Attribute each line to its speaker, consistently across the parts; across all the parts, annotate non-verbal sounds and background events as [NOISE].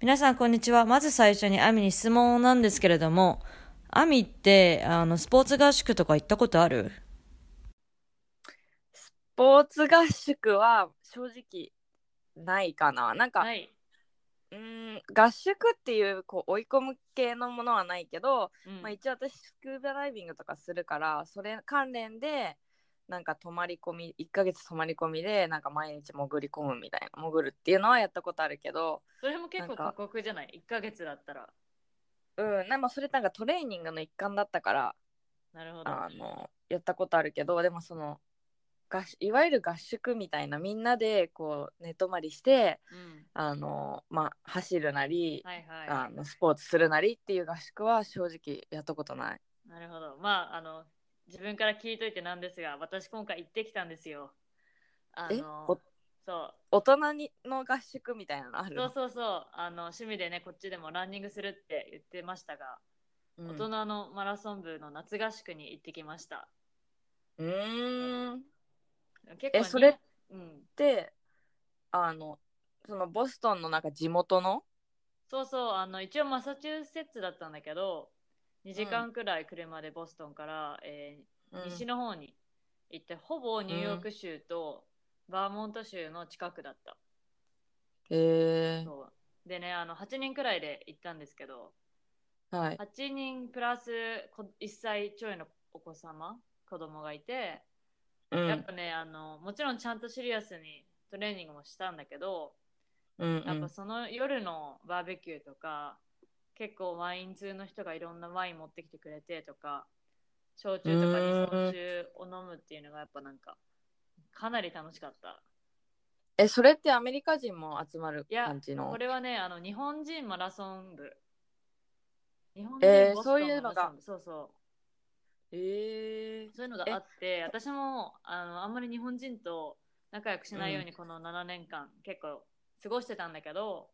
Speaker 1: 皆さんこんにちは。まず最初にアミに質問なんですけれども、アミってあのスポーツ合宿とか行ったことある
Speaker 2: スポーツ合宿は正直ないかな。なんか、
Speaker 1: い。
Speaker 2: うーん合宿っていうこう追い込む系のものはないけど、まあ、一応私スクーバダイビングとかするからそれ関連でなんか泊まり込み1ヶ月泊まり込みでなんか毎日潜り込むみたいな潜るっていうのはやったことあるけど
Speaker 1: それも結
Speaker 2: 構過
Speaker 1: 酷じゃない ?1 ヶ月だったら。
Speaker 2: うんなまあそれなんかトレーニングの一環だったから
Speaker 1: なるほ
Speaker 2: あのやったことあるけどでもその合宿いわゆる合宿みたいなみんなでこう寝泊まりしてあの、まあ、走るなり、
Speaker 1: はいはい。
Speaker 2: あのスポーツするなりっていう合宿は正直やったことない。
Speaker 1: なるほど。まあ、あの、自分から聞いといてなんですが、私今回行ってきたんですよ。あ
Speaker 2: え
Speaker 1: の
Speaker 2: お、
Speaker 1: そう、
Speaker 2: 大人にの合宿みたいなのある
Speaker 1: そ
Speaker 2: の
Speaker 1: うそうそう、あの、趣味でね、こっちでもランニングするって言ってましたが、
Speaker 2: うん
Speaker 1: 大人のマラソン部の夏合宿に行ってきました。
Speaker 2: うーん。っ
Speaker 1: 結
Speaker 2: え
Speaker 1: 構に
Speaker 2: それ
Speaker 1: うん。
Speaker 2: て、あの、そのボストンのなんか地元の
Speaker 1: そうそう、あの、一応マサチューセッツだったんだけど、2時間くらい車でボストンから、えー西の方に行って、ほぼニューヨーク州とバーモント州の近くだった。
Speaker 2: え
Speaker 1: そうでねあの8人くらいで行ったんですけど
Speaker 2: ー、はい。
Speaker 1: 8人プラスこ1歳ちょいのお子様子供がいて、
Speaker 2: う
Speaker 1: やっ
Speaker 2: ん。
Speaker 1: ぱねあのもちろんちゃんとシリアスにトレーニングもしたんだけど
Speaker 2: うん
Speaker 1: やっぱその夜のバーベキューとか結構ワイン通の人がいろんなワイン持ってきてくれてとか焼酎とか日本酒を飲むっていうのがやっぱなんかかなり楽しかった。
Speaker 2: え、それってアメリカ人も集まる
Speaker 1: いや
Speaker 2: 感じの
Speaker 1: こ。れはね、あの日本人マラソン部。日本
Speaker 2: え
Speaker 1: 人
Speaker 2: ー
Speaker 1: ボストン
Speaker 2: そういうのが
Speaker 1: マラソン部そうそ
Speaker 2: え
Speaker 1: う。そういうのがあって、私もあのあんまり日本人と仲良くしないようにこの7年間、結構過ごしてたんだけど、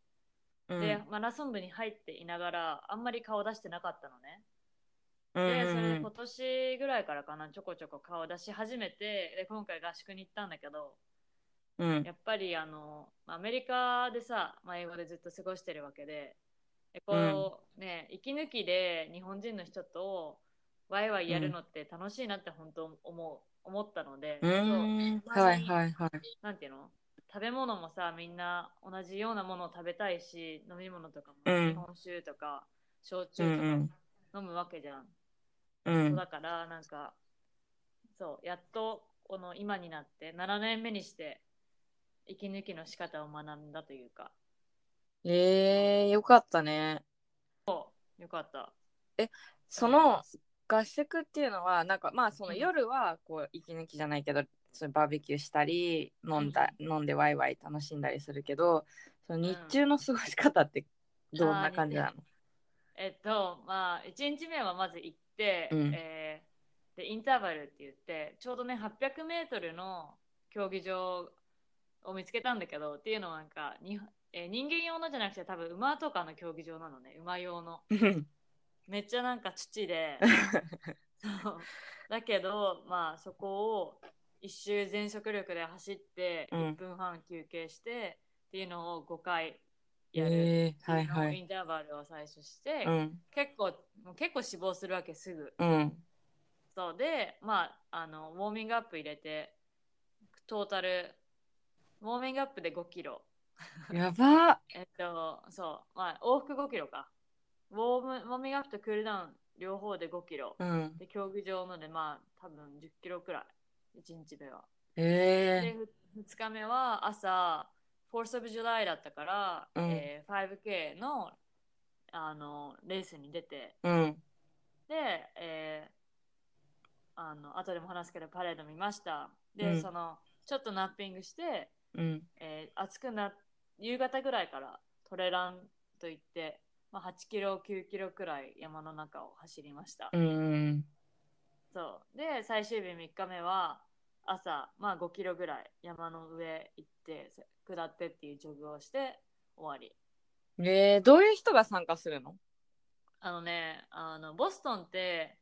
Speaker 2: ー。うん
Speaker 1: で、マラソン部に入っていながら、あんまり顔出してなかったのね。
Speaker 2: うん
Speaker 1: で、
Speaker 2: う
Speaker 1: そ
Speaker 2: ん
Speaker 1: れ
Speaker 2: う
Speaker 1: 今
Speaker 2: ん
Speaker 1: 年ぐらいからかな、ちょこちょこ顔出し始めて、で今回合宿に行ったんだけど、
Speaker 2: うん
Speaker 1: やっぱりあのアメリカでさ、まあ、英語でずっと過ごしてるわけででこう、ね、息抜きで日本人の人とワイワイやるのって楽しいなって本当思う思ったので、
Speaker 2: う
Speaker 1: そう
Speaker 2: ーん。はいはいはい。
Speaker 1: なんていうの食べ物もさみんな同じようなものを食べたいし飲み物とかも
Speaker 2: うん
Speaker 1: 日本酒とか焼
Speaker 2: う
Speaker 1: 酎とか
Speaker 2: ん
Speaker 1: 飲むわけじゃん、
Speaker 2: うん。う。
Speaker 1: そうんだからなんかそうやっとこの今になって7年目にして息抜きの仕方を学んだというか
Speaker 2: えー、よかったね。
Speaker 1: よかった
Speaker 2: その合宿っていうのは、なんかまあその夜はこう息抜きじゃないけど、そういうバーベキューしたり、飲んだ、飲んでワイワイ楽しんだりするけど、その日中の過ごし方ってどんな感じなの、
Speaker 1: えっとまあ1日目はまず行って、
Speaker 2: うん
Speaker 1: えーでインターバルって言ってちょうどね 800m の競技場を見つけたんだけどっていうのはなんかに、えー人間用のじゃなくて多分馬とかの競技場なのね馬用のめっちゃなんか
Speaker 2: [LAUGHS]
Speaker 1: 土でそうだけどまあそこを一周全速力で走って
Speaker 2: うん
Speaker 1: 1分半休憩して、っていうのを5回
Speaker 2: [LAUGHS]
Speaker 1: やる、
Speaker 2: えー、はい
Speaker 1: ってうの
Speaker 2: は
Speaker 1: を
Speaker 2: い。
Speaker 1: インターバルを最初して、
Speaker 2: うん。
Speaker 1: 結構もう結構死亡するわけすぐ
Speaker 2: うん。
Speaker 1: [LAUGHS] そうでまああのウォーミングアップ入れてトータルウォーミングアップで5キロ
Speaker 2: やば
Speaker 1: えっとそうまあ往復5キロかウォームウォーミングアップとクールダウン両方で5キロ
Speaker 2: うん。
Speaker 1: で競技場のでまあ多分10キロくらい1日目はで
Speaker 2: え
Speaker 1: 2日目は朝 4th of July だったから、
Speaker 2: うん
Speaker 1: えー 5K のあのレースに出て
Speaker 2: ー、うん。
Speaker 1: で、えーあの後でも話すけどパレード見ましたで、
Speaker 2: うん
Speaker 1: そのちょっとナッピングして、
Speaker 2: うん。
Speaker 1: えー暑くな夕方ぐらいからトレランといって、まあ、8キロ9キロくらい山の中を走りました、
Speaker 2: うん。
Speaker 1: そうで最終日3日目は朝、まあ、5キロぐらい山の上行ってせ下ってっていうジョグをして終わり
Speaker 2: えー、どういう人が参加するの
Speaker 1: あのねあのボストンって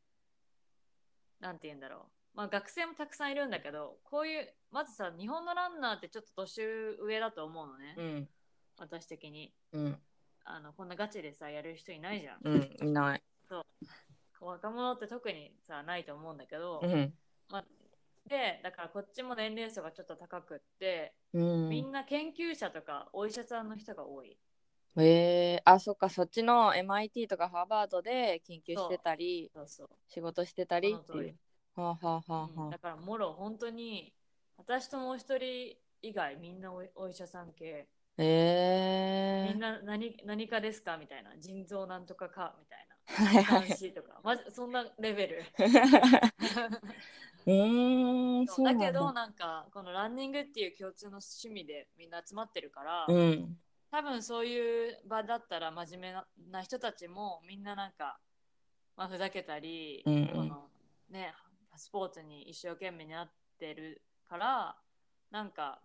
Speaker 1: なんて言うんだろう、まあ、学生もたくさんいるんだけどこういうまずさ日本のランナーってちょっと年上だと思うのね、
Speaker 2: ん。
Speaker 1: 私的に
Speaker 2: うん。
Speaker 1: あのこんなガチでさやる人いないじゃん、
Speaker 2: うん。いない。
Speaker 1: 若者って特にさないと思うんだけど、
Speaker 2: ん。
Speaker 1: まあ、でだからこっちも年齢層がちょっと高くって、
Speaker 2: う
Speaker 1: みんな研究者とかお医者さんの人が多い
Speaker 2: えー、あそっかそっちの MIT とかハーバードで研究してたり
Speaker 1: そうそう
Speaker 2: 仕事してたり
Speaker 1: その
Speaker 2: って
Speaker 1: 通り
Speaker 2: いう。はあ、はあはあ
Speaker 1: うん
Speaker 2: は
Speaker 1: だからもろ本当に私ともう一人以外みんなおお医者さん系
Speaker 2: あ、え
Speaker 1: みん
Speaker 2: ー、
Speaker 1: な何何かですかみたいな腎臓なんとかかみたい
Speaker 2: は
Speaker 1: な
Speaker 2: い [LAUGHS] はい
Speaker 1: 監視とか、まず、そんなレベル
Speaker 2: [LAUGHS] うーん
Speaker 1: そ
Speaker 2: そううな
Speaker 1: だ
Speaker 2: ん
Speaker 1: け
Speaker 2: だ
Speaker 1: どなんかこのランニングっていう共通の趣味でみんな集まってるから、
Speaker 2: うん
Speaker 1: 多分そういう場だったら真面目な人たちもみんななんか、まあ、ふざけたり、
Speaker 2: うんうん
Speaker 1: このね、スポーツに一生懸命になってるからなんか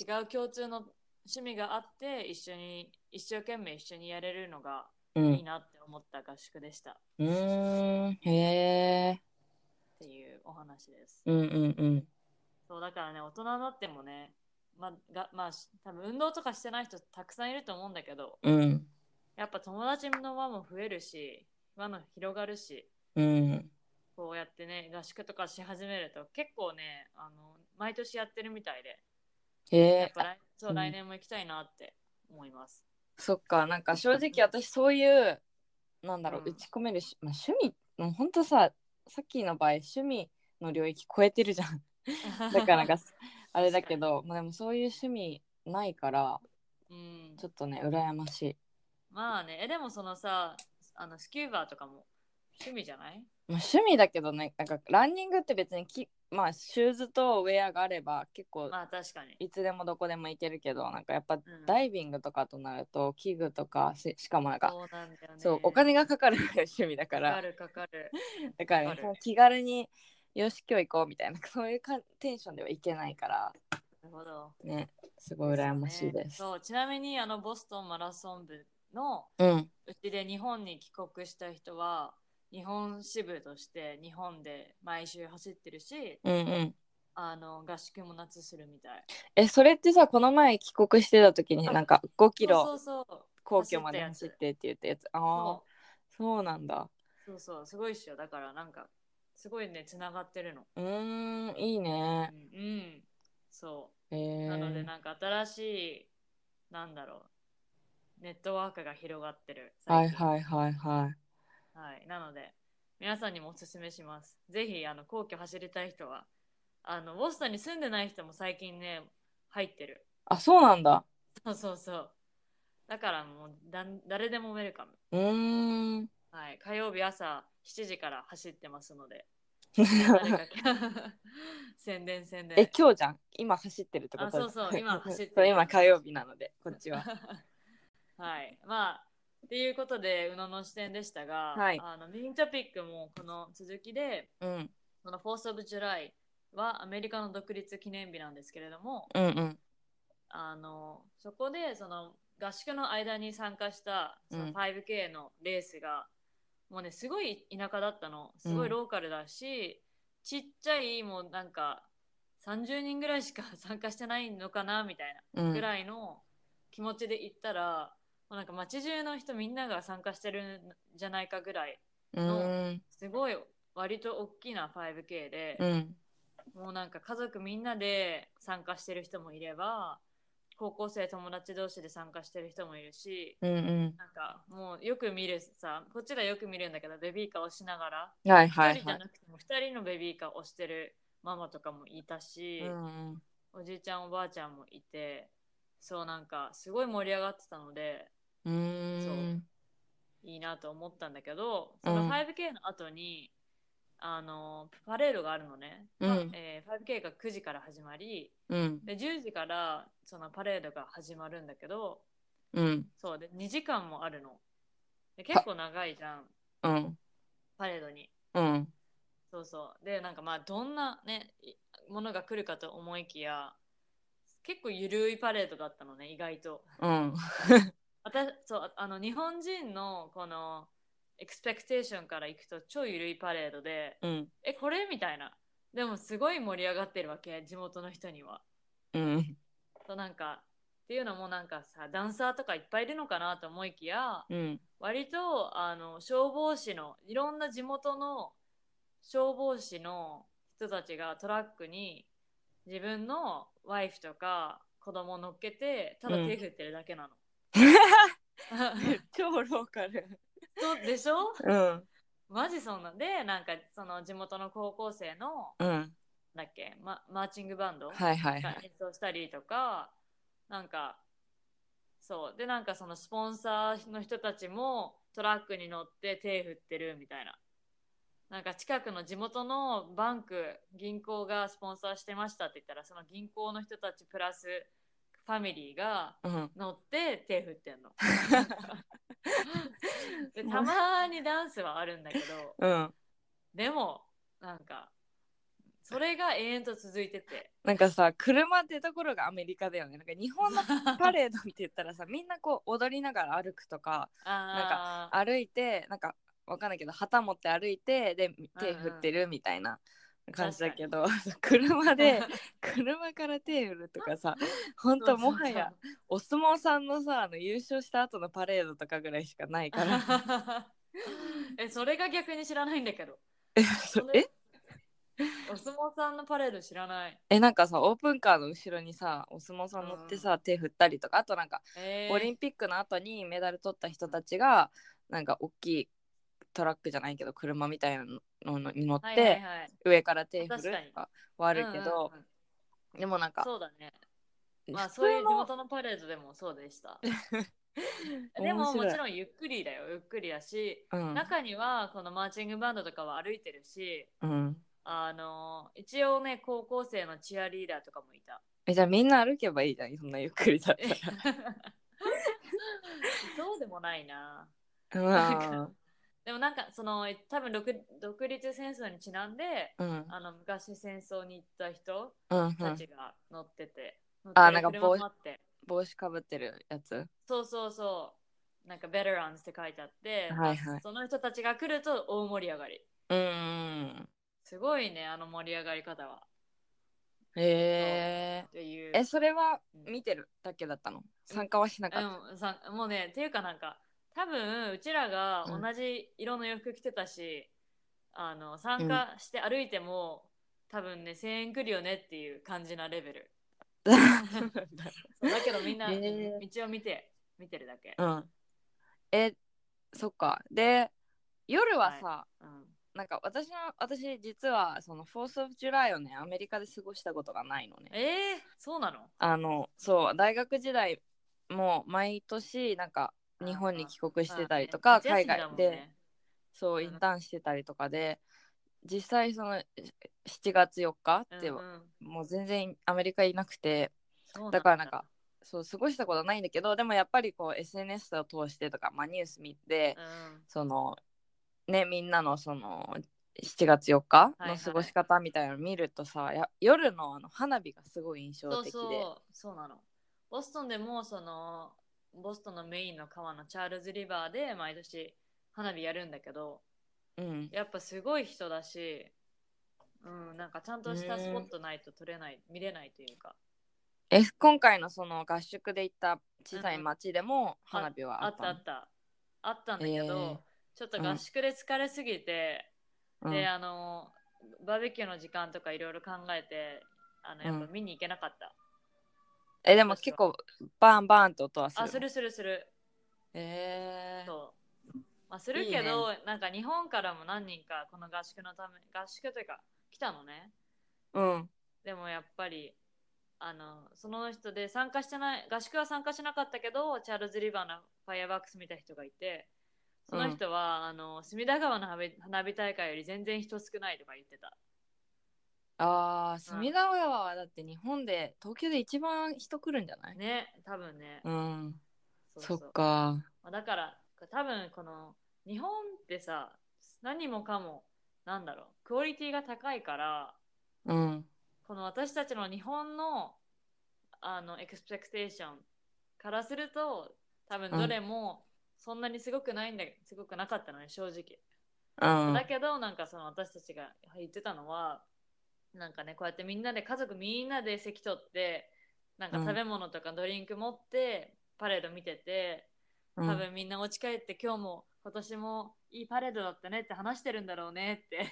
Speaker 1: 違う共通の趣味があって一緒に一生懸命一緒にやれるのが
Speaker 2: う
Speaker 1: いい
Speaker 2: ん
Speaker 1: なって思った合宿でしたっ
Speaker 2: うーんへえ
Speaker 1: ていうお話です。
Speaker 2: うんうんうん
Speaker 1: そうだからね大人になってもねまがまあし多分運動とかしてない人たくさんいると思うんだけど
Speaker 2: うん
Speaker 1: やっぱ友達の輪も増えるし、輪も広がるし、
Speaker 2: うん
Speaker 1: こうやってね、合宿とかし始めると、結構ね、あの毎年やってるみたいで、
Speaker 2: へ
Speaker 1: やっ
Speaker 2: え
Speaker 1: ぱ来そう、
Speaker 2: うん
Speaker 1: 来年も行きたいなって思います。
Speaker 2: そっかなんか正直私そういうなんだろう、
Speaker 1: うん
Speaker 2: 打ち込めるし、まあ、趣味ほんとささっきの場合趣味の領域超えてるじゃん [LAUGHS] だからなんかあれだけ
Speaker 1: [LAUGHS]
Speaker 2: ど、まあ、でもそういう趣味ないから
Speaker 1: うん
Speaker 2: ちょっとね羨ましい、
Speaker 1: まあね、えでもそのさ、あのスキューバーとかも趣味じゃない
Speaker 2: まあ、趣味だけどねなんかランニングって別にきまあシューズとウェアがあれば結構
Speaker 1: まあ確かに。
Speaker 2: いつでもどこでも行けるけどなんかやっぱ
Speaker 1: ん
Speaker 2: ダイビングとかとなると器具とかししかもなんか
Speaker 1: そうなんだよね。
Speaker 2: そうお金がかかる趣味だか
Speaker 1: かからるかかる。
Speaker 2: だから
Speaker 1: か
Speaker 2: ね
Speaker 1: る
Speaker 2: その気軽によし今日行こうみたいなそういうかテンションではいけないから
Speaker 1: なるほど。
Speaker 2: ねすごい羨ましいです。
Speaker 1: そう、ちなみにあのボストンマラソン部の
Speaker 2: うん、
Speaker 1: うちで日本に帰国した人は日本支部として日本で毎週走ってるし
Speaker 2: うんうん
Speaker 1: あの合宿も夏するみたい
Speaker 2: えそれってさこの前帰国してた時になんか5キ
Speaker 1: そ
Speaker 2: ロ
Speaker 1: うそうそう
Speaker 2: 皇居まで走
Speaker 1: 走っ
Speaker 2: ったてって言ったやつああそうなんだ
Speaker 1: そうそうそうすごいっしょだからなんかすごいねつながってるの
Speaker 2: うーんいいね
Speaker 1: うん、うんそ
Speaker 2: へ
Speaker 1: う
Speaker 2: え
Speaker 1: なのでなんか新しいなんだろうネットワークが広がってる
Speaker 2: はい
Speaker 1: 最近
Speaker 2: はいはいはい
Speaker 1: はい、なので皆さんにもおすすめします。ぜひあの皇居走りたい人はあのボストンに住んでない人も最近ね入ってる。
Speaker 2: あそうなんだ
Speaker 1: そうそうそう。だからもうだ誰でもウェルカム。
Speaker 2: うーん
Speaker 1: はい、火曜日朝7時から走ってますので。誰か
Speaker 2: え
Speaker 1: [LAUGHS] 宣伝宣伝。
Speaker 2: 今日じゃん今走ってるってこと
Speaker 1: あそうそう今走ってる
Speaker 2: そう今火曜日なのでこっち
Speaker 1: [LAUGHS]
Speaker 2: は
Speaker 1: はい、まあっていうことで宇野の視点でしたが、
Speaker 2: はい
Speaker 1: あのメイントピックもこの続きで
Speaker 2: うん
Speaker 1: その 4th of July はアメリカの独立記念日なんですけれども、
Speaker 2: うんうん
Speaker 1: あのそこでその合宿の間に参加したその
Speaker 2: うん
Speaker 1: 5K のレースが、もうねすごい田舎だったのすごいローカルだし、ちっちゃいもうなんか30人ぐらいしか参加してないのかなみたい
Speaker 2: うん
Speaker 1: なぐらいの気持ちで行ったら、もうなんか街中の人みんなが参加してるんじゃないかぐらいう
Speaker 2: ーん
Speaker 1: すごい割と大きな 5K で。
Speaker 2: うん
Speaker 1: もうなんか家族みんなで参加してる人もいれば高校生友達同士で参加してる人もいるし
Speaker 2: うんう
Speaker 1: なんかもうよく見るさこっちではよく見るんだけどベビーカーをしながら
Speaker 2: んはい
Speaker 1: 一
Speaker 2: はい
Speaker 1: 人じ
Speaker 2: は
Speaker 1: ゃ
Speaker 2: い
Speaker 1: なくても2人のベビーカーを押してるママとかもいたし、
Speaker 2: うんうん
Speaker 1: おじいちゃんおばあちゃんもいてそうなんかすごい盛り上がってたので
Speaker 2: うーん
Speaker 1: いいなと思ったんだけど
Speaker 2: う
Speaker 1: そ
Speaker 2: ん
Speaker 1: の 5K の後に、あのパレードがあるのね、
Speaker 2: うん
Speaker 1: えー 5K が9時から始まり
Speaker 2: うん
Speaker 1: で10時からそのパレードが始まるんだけど
Speaker 2: うん
Speaker 1: そうで2時間もあるので結構長いじゃん
Speaker 2: うん
Speaker 1: パレードに
Speaker 2: うん
Speaker 1: そうそうでなんかまあどんなねいものが来るかと思いきや結構ゆるいパレードだったのね意外と
Speaker 2: うん
Speaker 1: 私そうああの日本人のこのエクスペクテーションから行くと超ゆるいパレードで
Speaker 2: うん
Speaker 1: えこれみたいなでもすごい盛り上がってるわけ地元の人には
Speaker 2: うん
Speaker 1: となんかっていうのもなんかさダンサーとかいっぱいいるのかなと思いきや
Speaker 2: うん
Speaker 1: 割とあの消防士のいろんな地元の消防士の人たちがトラックに自分のワイフとか子供を乗っけてただ手振ってるだけなの。
Speaker 2: 超ローカル
Speaker 1: そうでしょ
Speaker 2: うん
Speaker 1: マジそうなんでなんかその地元の高校生の
Speaker 2: うん
Speaker 1: だっけ、ま、マーチングバンドが
Speaker 2: はいはいはい
Speaker 1: 演奏したりとかなんかそうでなんかそのスポンサーの人たちもトラックに乗って手振ってるみたいななんか近くの地元のバンク銀行がスポンサーしてましたって言ったらその銀行の人たちプラスファミリーが
Speaker 2: うん
Speaker 1: 乗って手振っ
Speaker 2: [LAUGHS]
Speaker 1: てんのでたまーにダンスはあるんだけど
Speaker 2: うん
Speaker 1: でもなんかそれが永遠と続いてて
Speaker 2: なんかさ車ってところがアメリカだよねなんか日 [LAUGHS] 本のパレードって言ったらさみんなこう踊りながら歩くとか
Speaker 1: あー
Speaker 2: 歩いてなんかわかんないけど旗持って歩いてで手振ってるみたいな感じだけど [LAUGHS] 車で
Speaker 1: [LAUGHS]
Speaker 2: 車から手振るとか [LAUGHS] さほんともはやお相撲さんのさあの優勝した後のパレードとかぐらいしかないから
Speaker 1: [LAUGHS]
Speaker 2: [LAUGHS]
Speaker 1: えそれが逆に知らないんだけど
Speaker 2: そうえ
Speaker 1: お相撲さんのパレード知らない、
Speaker 2: えなんかさオープンカーの後ろにさお相撲さん乗ってさ手振ったりとかあとなんか
Speaker 1: えー
Speaker 2: オリンピックの後にメダル取った人たちがなんか大きいトラックじゃないけど車みたいなのに乗っ
Speaker 1: はいはい
Speaker 2: て
Speaker 1: はい
Speaker 2: 上から手振るとかはあるけ
Speaker 1: うんうん
Speaker 2: ど
Speaker 1: うん
Speaker 2: でもなんか
Speaker 1: そうだねまあ
Speaker 2: 普
Speaker 1: そうい
Speaker 2: 通
Speaker 1: う地
Speaker 2: の
Speaker 1: 元のパレードでもそうでした
Speaker 2: [LAUGHS]
Speaker 1: でももちろんゆっくりだよゆっくりだし、
Speaker 2: うん
Speaker 1: 中にはこのマーチングバンドとかは歩いてるし
Speaker 2: うん
Speaker 1: あの一応ね高校生のチアリーダーとかもい
Speaker 2: [LAUGHS]
Speaker 1: た [LAUGHS]
Speaker 2: えじゃあみんな歩けばいいじゃんそんなゆっくりだったら
Speaker 1: そうでもないな
Speaker 2: ま
Speaker 1: でもなんかその多分独独立戦争にちなんで
Speaker 2: あうん
Speaker 1: あの昔戦争に行った人
Speaker 2: うんう
Speaker 1: た
Speaker 2: ん
Speaker 1: ちが乗ってて、
Speaker 2: あ
Speaker 1: 乗って
Speaker 2: な
Speaker 1: る
Speaker 2: んか帽
Speaker 1: 車もあって
Speaker 2: 帽子かぶってるやつ
Speaker 1: そうそうそうなんかベテランズって書いてあって、
Speaker 2: はいはい
Speaker 1: その人たちが来ると大盛り上がり
Speaker 2: うんうん
Speaker 1: すごいねあの盛り上がり方は
Speaker 2: へえ
Speaker 1: っていう
Speaker 2: えそれは見てるだけだったの参加はしなか
Speaker 1: う
Speaker 2: った
Speaker 1: んさもうねっていうかなんか多分うちらが同じ色の洋服着てたし、あの参加して歩いても、多分ね1000円くるよねっていう感じなレベルそうだけどみんな、
Speaker 2: へー
Speaker 1: 道を見て見てるだけ、
Speaker 2: うんえそっかで夜はさ、
Speaker 1: うん
Speaker 2: なんか私の私実はそのフォース・オブ・ジュライをねアメリカで過ごしたことがないのね
Speaker 1: えー、そうなの
Speaker 2: あのそう大学時代も毎年なんか日本に帰国してたりとか、海外で、そう
Speaker 1: うん
Speaker 2: インターンしてたりとかで実際その7月4日
Speaker 1: まあ
Speaker 2: っ
Speaker 1: ね夏休み
Speaker 2: て、
Speaker 1: だもんねうんうん
Speaker 2: もう全然アメリカいなくて
Speaker 1: そう
Speaker 2: だからなんか、そう過ごしたことないんだけどでもやっぱりこう SNS を通してとか、まあ、ニュース見て、
Speaker 1: うん
Speaker 2: そのねみんなのその7月4日
Speaker 1: いは
Speaker 2: の
Speaker 1: い
Speaker 2: 過ごし方みたいなの見るとさ、や夜のあの花火がすごい印象
Speaker 1: そう
Speaker 2: 的で
Speaker 1: そうそうなのボストンでもそのボストンのメインの川のチャールズリバーで毎年花火やるんだけど
Speaker 2: うん、
Speaker 1: やっぱすごい人だし、うん、なんかちゃんとしたスポットないと撮れない、見れないというか
Speaker 2: え今回のその合宿で行った小さい
Speaker 1: うん
Speaker 2: 町でも花火は
Speaker 1: あ
Speaker 2: あ
Speaker 1: っ
Speaker 2: った
Speaker 1: たあ
Speaker 2: の
Speaker 1: ったあったんだけど、
Speaker 2: えー
Speaker 1: ちょっと合宿で疲れすぎて、
Speaker 2: うん
Speaker 1: であのバーベキューの時間とかいろいろ考えてあのやっぱ見に行けなかった、
Speaker 2: えでも結構バンバンって音はする
Speaker 1: あするするする
Speaker 2: えー、
Speaker 1: そう。まあ、するけどなんか日本からも何人かこの合宿のため、合宿というか来たのね。
Speaker 2: うん
Speaker 1: でもやっぱり、あの、その人で参加してない、合宿は参加しなかったけど、チャールズ・リバーのファイアバックス見た人がいて、その人は、あの、隅田川の花火花火大会より全然人少ないとか言ってた。
Speaker 2: あー隅田川はだって日本で東京で一番人来るんじゃない、
Speaker 1: ね、多分ね。
Speaker 2: うんそっか。
Speaker 1: まあだから多分この日本ってさ何もかもなんだろうクオリティが高いから
Speaker 2: うん。
Speaker 1: この私たちの日本のあのエクスペクテーションからすると多分どれもそんなにすごくないんだ、すごくなかったのね正直、
Speaker 2: う
Speaker 1: だ
Speaker 2: ん。
Speaker 1: けどなんかその私たちが言ってたのはなんかねこうやってみんなで家族みんなで席取ってなんか
Speaker 2: うん
Speaker 1: 食べ物とかドリンク持ってパレード見てて、
Speaker 2: うん
Speaker 1: 多分みんなお家帰って今日も今年もいいパレードだったねって話してるんだろうね
Speaker 2: [LAUGHS]
Speaker 1: って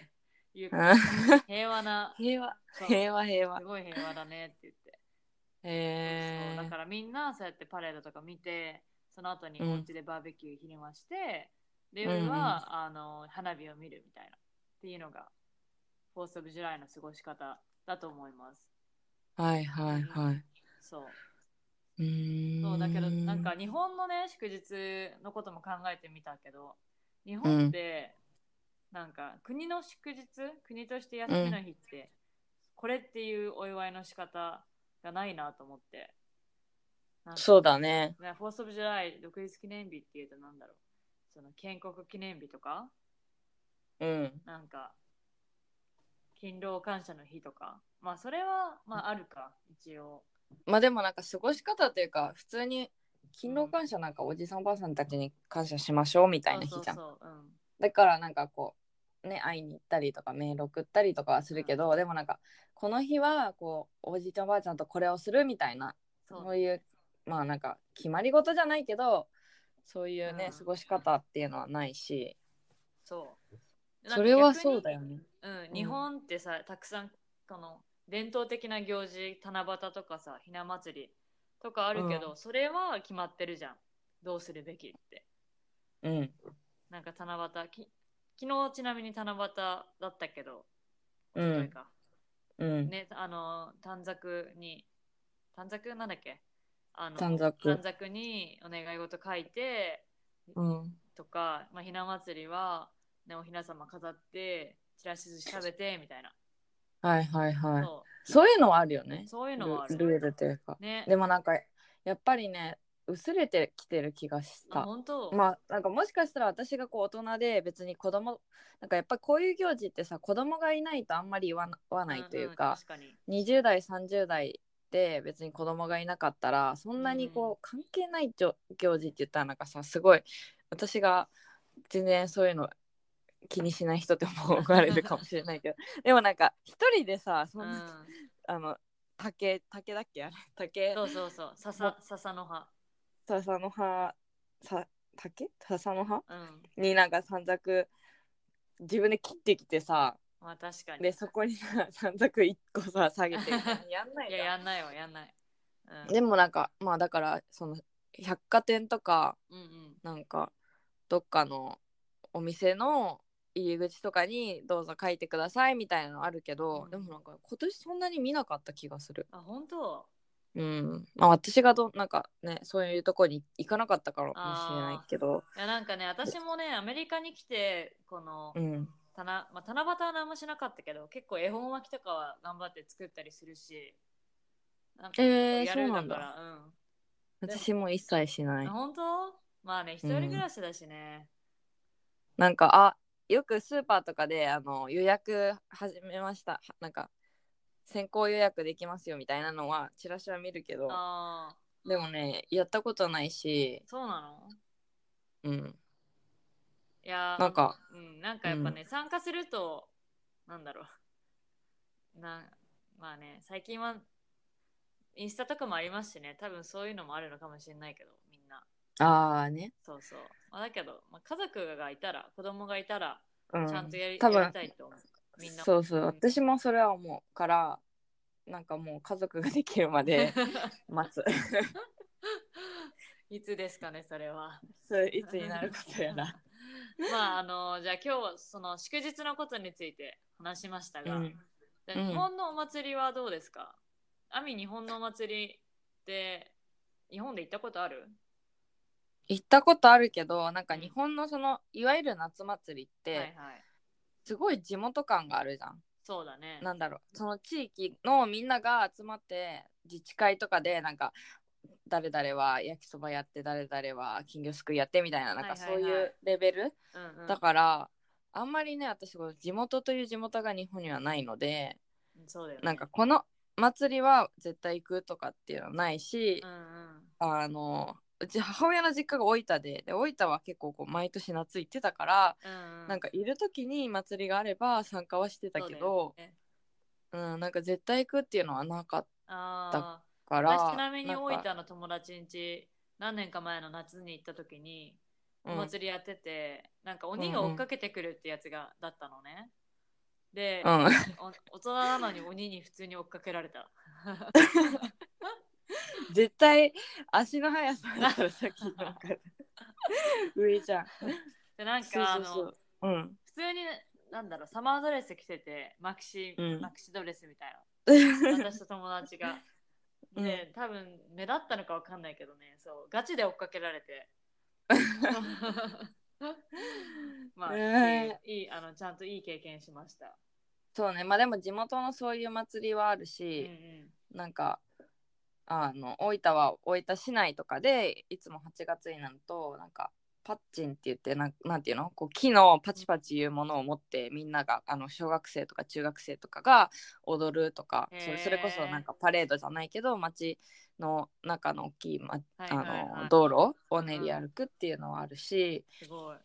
Speaker 1: いう平和な
Speaker 2: 平和。
Speaker 1: そう
Speaker 2: 平和平和
Speaker 1: す。ごい平和だねって言って、
Speaker 2: へ
Speaker 1: そうだ
Speaker 2: え。
Speaker 1: からみんなそうやってパレードとか見てその後に
Speaker 2: うん
Speaker 1: お家でバーベキュー昼間して、で夜は、あの花火を見るみたいなっていうのがフォース・オブ・ジュライの過ごし方だと思います
Speaker 2: はいはいはい。
Speaker 1: そう
Speaker 2: うーん。
Speaker 1: そうだけどなんか日本のね祝日のことも考えてみたけど日本って、なんか国の祝日国として休みの日って、これっていうお祝いの仕方がないなと思ってなんか
Speaker 2: そうだね。
Speaker 1: ね、フォース・オブ・ジュライ独立記念日っていうとなんだろうその建国記念日とか
Speaker 2: うん。
Speaker 1: なんか勤労感謝の日とかまあそれはまああるか一応
Speaker 2: まあでもなんか過ごし方というか普通に勤労感謝なんかおじさんおばあさんたちに感謝しましょうみたいな日じゃん。
Speaker 1: そうそうそううん
Speaker 2: だからなんかこうね会いに行ったりとかメール送ったりとかはするけどでもなんかこの日はこうおじいちゃんおばあちゃんとこれをするみたいな
Speaker 1: そう
Speaker 2: そういうまあなんか決まり事じゃないけどそういうね、
Speaker 1: うん
Speaker 2: 過ごし方っていうのはないし
Speaker 1: そう
Speaker 2: それはそうだ
Speaker 1: よ、
Speaker 2: よね。
Speaker 1: うん、日本ってさたくさんこの伝統的な行事七夕とかさひな祭りとかあるけど、それは決まってるじゃんどうするべきって
Speaker 2: うん
Speaker 1: なんか七夕き昨日ちなみに七夕だったけど、
Speaker 2: うん
Speaker 1: 一昨日か
Speaker 2: うん、
Speaker 1: ねあの短冊に短冊なんだっけあの
Speaker 2: 短冊
Speaker 1: 短冊にお願い事書いて
Speaker 2: うん
Speaker 1: とか、まあ、ひな祭りは、ね、おひな様飾ってちらし寿司食べてみたいな、
Speaker 2: はいはいはい
Speaker 1: そ
Speaker 2: そういうのはあるよね
Speaker 1: うそういうのはある
Speaker 2: ルルールというか
Speaker 1: ね
Speaker 2: でもなんかやっぱりね薄れてきてる気がし
Speaker 1: あ
Speaker 2: た
Speaker 1: 本当、
Speaker 2: まあなんかもしかしたら私がこう大人で別に子供なんかやっぱりこういう行事ってさ子供がいないとあんまり言わな合わないというか、
Speaker 1: うんうん確か
Speaker 2: 20代30代で別に子供がいなかったらそんなにこう関係ないじょ行事って言ったらなんかさすごい私が全然そういうの気にしない人って思われるかもしれないけ [LAUGHS] どでもなんか一人でさそ
Speaker 1: に、
Speaker 2: ん
Speaker 1: う
Speaker 2: な、
Speaker 1: ん、
Speaker 2: あの竹竹だっけあれ竹
Speaker 1: そうそうそう笹笹の葉、
Speaker 2: 笹の葉さ竹笹の葉
Speaker 1: うん
Speaker 2: になんか短冊自分で切ってきてさ
Speaker 1: まあ、確かに
Speaker 2: でそこにさ短冊1個さ下げてや [LAUGHS] んない
Speaker 1: い
Speaker 2: じ
Speaker 1: や
Speaker 2: ゃん
Speaker 1: やんないわやんない、うん、
Speaker 2: でもなんかまあだからその百貨店とか
Speaker 1: うんうん
Speaker 2: なんかどっかのお店の入り口とかにどうぞ書いてくださいみたいなのあるけど、
Speaker 1: うん
Speaker 2: でもなんか今年そんなに見なかった気がする
Speaker 1: あ本当
Speaker 2: うんまあ私がどなんかねそういうとこに行かなかったからかもしれないけど
Speaker 1: いやなんかね私もねアメリカに来てこの
Speaker 2: うん
Speaker 1: たな、まあ、七夕は何もしなかったけど結構絵本巻きとかは頑張って作ったりするしなんか
Speaker 2: えー、
Speaker 1: や
Speaker 2: そう
Speaker 1: る
Speaker 2: な
Speaker 1: だ
Speaker 2: ん
Speaker 1: か
Speaker 2: だ
Speaker 1: らうん
Speaker 2: 私も一切しない
Speaker 1: あ本当まあね一人暮らしだしね、
Speaker 2: なんかあよくスーパーとかであの予約始めましたはなんか先行予約できますよみたいなのはチラシは見るけど
Speaker 1: ああ
Speaker 2: でもねやったことないし、
Speaker 1: そうなの
Speaker 2: うん、
Speaker 1: いやー
Speaker 2: なんか
Speaker 1: うん、なんかやっぱね、参加するとなんだろう [LAUGHS] なんまあね最近はインスタとかもありますしね多分そういうのもあるのかもしれないけどみんな
Speaker 2: ああね、
Speaker 1: そうそう、まあ、だけど、まあ、家族がいたら子供がいたら
Speaker 2: うん、
Speaker 1: ちゃんとやり,、
Speaker 2: 多分
Speaker 1: やりたいと思うみんな
Speaker 2: そうそう
Speaker 1: うん
Speaker 2: 私もそれは思うからなんかもう家族ができるま [LAUGHS] で待つ
Speaker 1: [LAUGHS] いつですかねそれは
Speaker 2: そういつになることやら
Speaker 1: [LAUGHS] まああのじゃあ今日はその祝日のことについて話しましたが、
Speaker 2: うん
Speaker 1: で
Speaker 2: うん
Speaker 1: 日本のお祭りはどうですか、アミ日本のお祭りって日本で行ったことある
Speaker 2: 行ったことあるけどなんか日本のそのいわゆる夏祭りっ
Speaker 1: はいは
Speaker 2: て
Speaker 1: い
Speaker 2: すごい地元感があるじゃん
Speaker 1: そうだね
Speaker 2: なんだろうその地域のみんなが集まって自治会とかでなんか誰々は焼きそばやって誰々は金魚すくいやってみたいななんか
Speaker 1: はい
Speaker 2: そ
Speaker 1: は
Speaker 2: う
Speaker 1: いはい
Speaker 2: いうレベル
Speaker 1: うんうん
Speaker 2: だからあんまりね私こう地元という地元が日本にはないので
Speaker 1: そうだよね
Speaker 2: なんかこの祭りは絶対行くとかっていうのはないし
Speaker 1: う、んうん
Speaker 2: あのうち母親の実家が大分でで大分は結構こう毎年夏行ってたから、
Speaker 1: うんう
Speaker 2: なんかいる時に祭りがあれば参加はしてたけど
Speaker 1: そうだよね
Speaker 2: う、ん、なんか絶対行くっていうのはなかっ
Speaker 1: ああ
Speaker 2: たから
Speaker 1: 私ちなみに大
Speaker 2: なんか
Speaker 1: 分の友達ん家何年か前の夏に行った時に
Speaker 2: う
Speaker 1: お
Speaker 2: ん
Speaker 1: 祭りやってて、なんか鬼が追っかけてくるってやつがだったのねで、
Speaker 2: うん [LAUGHS]
Speaker 1: お大人なのに鬼に普通に追っかけられた
Speaker 2: 絶対足の速さだからさっきのから
Speaker 1: [LAUGHS]
Speaker 2: [LAUGHS] 上じゃん。
Speaker 1: でなんか
Speaker 2: そう
Speaker 1: あ
Speaker 2: そう
Speaker 1: の
Speaker 2: そう。
Speaker 1: [LAUGHS]
Speaker 2: うん。
Speaker 1: 普通になんだろうサマードレス着ててマキシ、
Speaker 2: うん
Speaker 1: マキシドレスみたいな私と友達がで、多分目立ったのかわかんないけどねそうガチで追っかけられ
Speaker 2: [LAUGHS]
Speaker 1: てまあ、
Speaker 2: ね
Speaker 1: いいいいあのちゃんといい経験しました、
Speaker 2: そうね。まあでも地元のそういう祭りはある
Speaker 1: うんう
Speaker 2: し、
Speaker 1: ん、
Speaker 2: なんかあの大分は大分市内とかでいつも8月になるとなんかパッチンって言ってなんなんていうのこう木のパチパチいうものを持ってみんながあの小学生とか中学生とかが踊るとか
Speaker 1: へー
Speaker 2: それそれこそなんかパレードじゃないけど町の中の大きい、ま
Speaker 1: はい
Speaker 2: あ
Speaker 1: はいはい
Speaker 2: の道路を練り歩くっていうのはあるし、
Speaker 1: すごい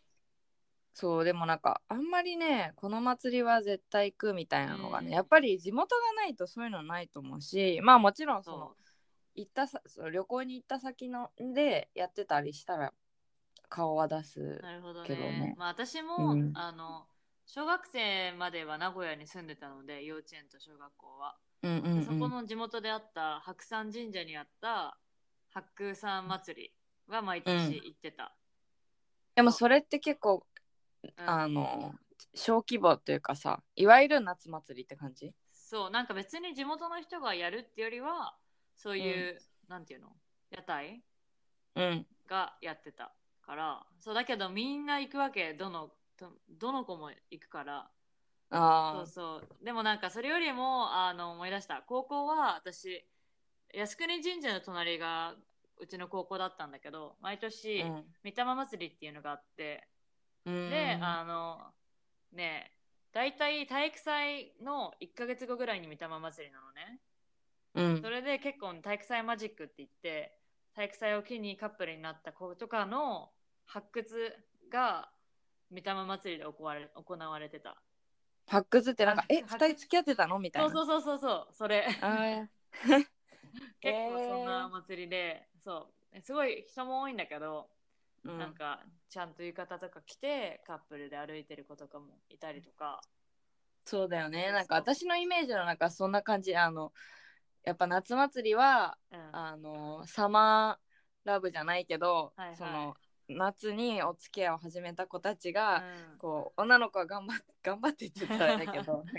Speaker 2: そうでもなんかあんまりねこの祭りは絶対行くみたいなのがね、
Speaker 1: うん
Speaker 2: やっぱり地元がないとそういうのないと思うしまあもちろんその
Speaker 1: そ
Speaker 2: 行ったさその旅行に行った先のでやってたりしたら顔は出す
Speaker 1: うなるほどね
Speaker 2: けどね
Speaker 1: まあ私も、
Speaker 2: うん
Speaker 1: あの小学生までは名古屋に住んでたので幼稚園と小学校は
Speaker 2: うんうんうん
Speaker 1: そこの地元であった白山神社にあった白山祭りは毎年行ってた。
Speaker 2: でもそれって結構
Speaker 1: うん
Speaker 2: あの小規模というかさいわゆる夏祭りって感じ
Speaker 1: そうなんか別に地元の人がやるってよりはそういう、なんていうの屋台
Speaker 2: うん
Speaker 1: がやってたからそうだけどみんな行くわけどのどどの子も行くからそ
Speaker 2: あ
Speaker 1: うそうでもなんかそれよりもあの思い出した高校は私靖国神社の隣がうちの高校だったんだけど毎
Speaker 2: ー
Speaker 1: 年、
Speaker 2: うん
Speaker 1: 御霊祭りっていうのがあって
Speaker 2: うん
Speaker 1: で、あの、ねえ、大体体育祭の1ヶ月後ぐらいに御霊祭りなのね。
Speaker 2: うん
Speaker 1: それで結構体育祭マジックって言って、体育祭を機にカップルになった子とかの発掘が御霊祭りで行われ行われてた。
Speaker 2: 発掘ってなんか「え
Speaker 1: 発
Speaker 2: 二人付き合ってたの?」みたい
Speaker 1: そ
Speaker 2: な
Speaker 1: うそうそうそうそう、それ。
Speaker 2: あー [LAUGHS]
Speaker 1: 結構そんな祭りで、そう。すごい人も多いんだけど、
Speaker 2: うん
Speaker 1: なんかちゃんと浴衣とか着てカップルで歩いてる子とかもいたりとか。
Speaker 2: そうだよ
Speaker 1: そうそ
Speaker 2: ね
Speaker 1: う
Speaker 2: なんか私のイメージの中そんな感じあのやっぱ夏祭りは
Speaker 1: うん
Speaker 2: あのサマーラブじゃないけど、
Speaker 1: はいはい
Speaker 2: その夏にお付き合いを始めた子たち
Speaker 1: う
Speaker 2: が、
Speaker 1: ん
Speaker 2: こう女の子は頑張って [LAUGHS] 頑張ってって言ったらあれだけ
Speaker 1: [LAUGHS]
Speaker 2: どなんか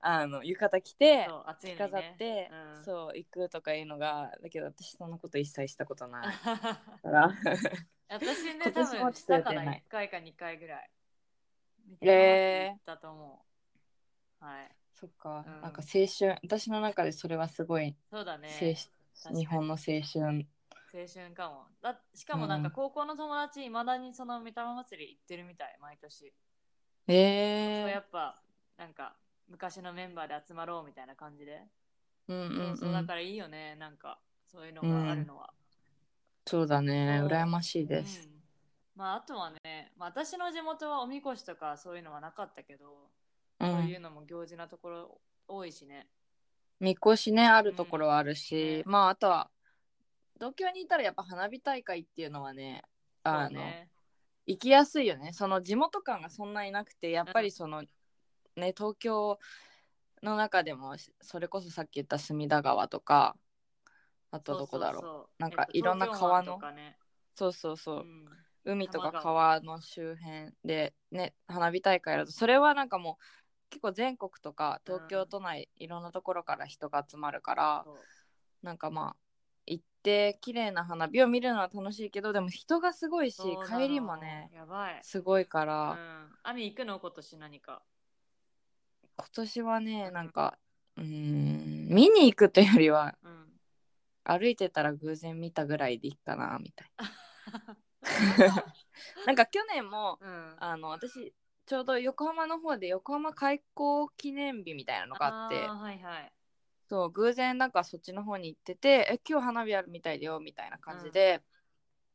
Speaker 2: あの浴衣着て
Speaker 1: そう暑いのにね
Speaker 2: 飾
Speaker 1: [LAUGHS]
Speaker 2: って、
Speaker 1: うん
Speaker 2: そう行くとかいうのがだけど私そんなこと一切したことない
Speaker 1: 私
Speaker 2: から。 [LAUGHS]
Speaker 1: ね、
Speaker 2: 今
Speaker 1: 多
Speaker 2: 年も
Speaker 1: 分
Speaker 2: ちょっ
Speaker 1: した
Speaker 2: と
Speaker 1: か
Speaker 2: やって
Speaker 1: ら
Speaker 2: ない
Speaker 1: 1回か2回ぐらい。
Speaker 2: へー
Speaker 1: だと思う。はい。
Speaker 2: そっか、
Speaker 1: うん
Speaker 2: なんか青春私の中でそれはすごい
Speaker 1: そうだ
Speaker 2: 青
Speaker 1: ね。
Speaker 2: 春、
Speaker 1: 確かに
Speaker 2: 日本の青春
Speaker 1: 青春かも。だしかもなん
Speaker 2: う
Speaker 1: か
Speaker 2: ん
Speaker 1: 高校の友達、いまだにその御霊祭り行ってるみたい、毎年。そうや
Speaker 2: え
Speaker 1: っぱ、なんか昔のメンバーで集まろうみたいな感じで。
Speaker 2: ー、うんうん、うん、
Speaker 1: そうそうだからいいよね、なんかそういうのがあるのは。
Speaker 2: そうだね、
Speaker 1: そう
Speaker 2: 羨ましいです。
Speaker 1: うんまあ、あとはね、まあ、私の地元はおみこしとかそういうのはなかったけど、
Speaker 2: う
Speaker 1: そうんい、うのも行事なところ多いしね。
Speaker 2: みこしね、あるところはあるし、
Speaker 1: う
Speaker 2: まあ、あとは。東京にいたら、やっぱ花火大会っていうのはね、あの、
Speaker 1: そうね、
Speaker 2: 行きやすいよね。その地元感がそんなになくて、やっぱりその、ね、東京。の中でも、それこそさっき言った隅田川とか。あとどこだろう。
Speaker 1: そそそ
Speaker 2: なんか
Speaker 1: えっと
Speaker 2: いろんな
Speaker 1: 東京
Speaker 2: 川
Speaker 1: 湾
Speaker 2: の
Speaker 1: とかね
Speaker 2: そうそうそうう、
Speaker 1: ん
Speaker 2: 海とか
Speaker 1: 多摩
Speaker 2: 川の周辺でね花火大会やるとそれはなんかもう結構全国とか東京都内いろんなところから人が集まるから、
Speaker 1: そう
Speaker 2: なんかまあ行って綺麗な花火を見るのは楽しいけどでも人がすごいし
Speaker 1: そうなの
Speaker 2: 帰りもね
Speaker 1: やばい。
Speaker 2: すごいか
Speaker 1: う
Speaker 2: ら、
Speaker 1: ん。アミ行くの今年何か。
Speaker 2: 今年はねなんかうーん見に行くというよりは
Speaker 1: うん。
Speaker 2: 歩いてたら偶然見たぐらいでいいかなみたい
Speaker 1: [LAUGHS]
Speaker 2: ななんか去年も
Speaker 1: うん。
Speaker 2: [LAUGHS] あの私ちょうど横浜の方で横浜開港記念日みたいなのがあって
Speaker 1: ーはいはい。
Speaker 2: そう偶然なんかそっちの方に行っててえ今日花火あるみたいだよみたいな感じで、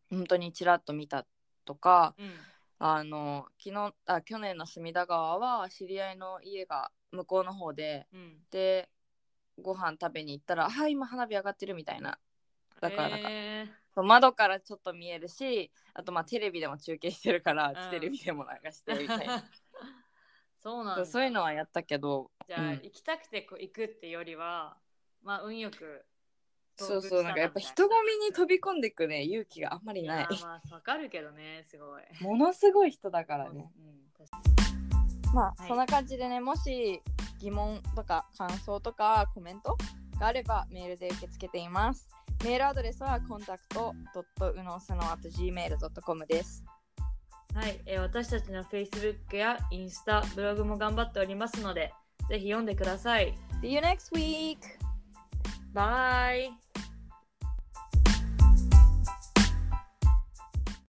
Speaker 2: 本当にちらっと見たとか
Speaker 1: うん。
Speaker 2: あの昨日あ去年の隅田川は知り合いの家が向こうの方で
Speaker 1: うん。
Speaker 2: でご飯食べに行ったら「はい今花火上がってる」みたいなだからなんか、
Speaker 1: え
Speaker 2: そう窓からちょっと見えるしあとまあテレビでも中継してるから、
Speaker 1: うん
Speaker 2: テレビでも流して
Speaker 1: ー
Speaker 2: みたいな
Speaker 1: [LAUGHS] そうなん
Speaker 2: そ
Speaker 1: だ
Speaker 2: うそういうのはやったけど
Speaker 1: じゃあ、
Speaker 2: うん
Speaker 1: 行きたくてこう行くってよりは、まあ、運よく。
Speaker 2: そうそうなんかやっぱ人混みに飛び込んでくね勇気があんまり
Speaker 1: び
Speaker 2: ない
Speaker 1: まあ、わかるけどね、すごい。
Speaker 2: ものすごい人だからね
Speaker 1: うん
Speaker 2: まあ、
Speaker 1: はい
Speaker 2: そんな感じでねもし疑問とか感想とかコメントがあればメールで受け付けていますメールアドレスはコンタクト u n o s n o g m a i l c o m です
Speaker 1: はい、えー私たちの Facebook やインスタ、ブログも頑張っておりますので、ぜひ読んでください。
Speaker 2: See you next week!
Speaker 1: バイ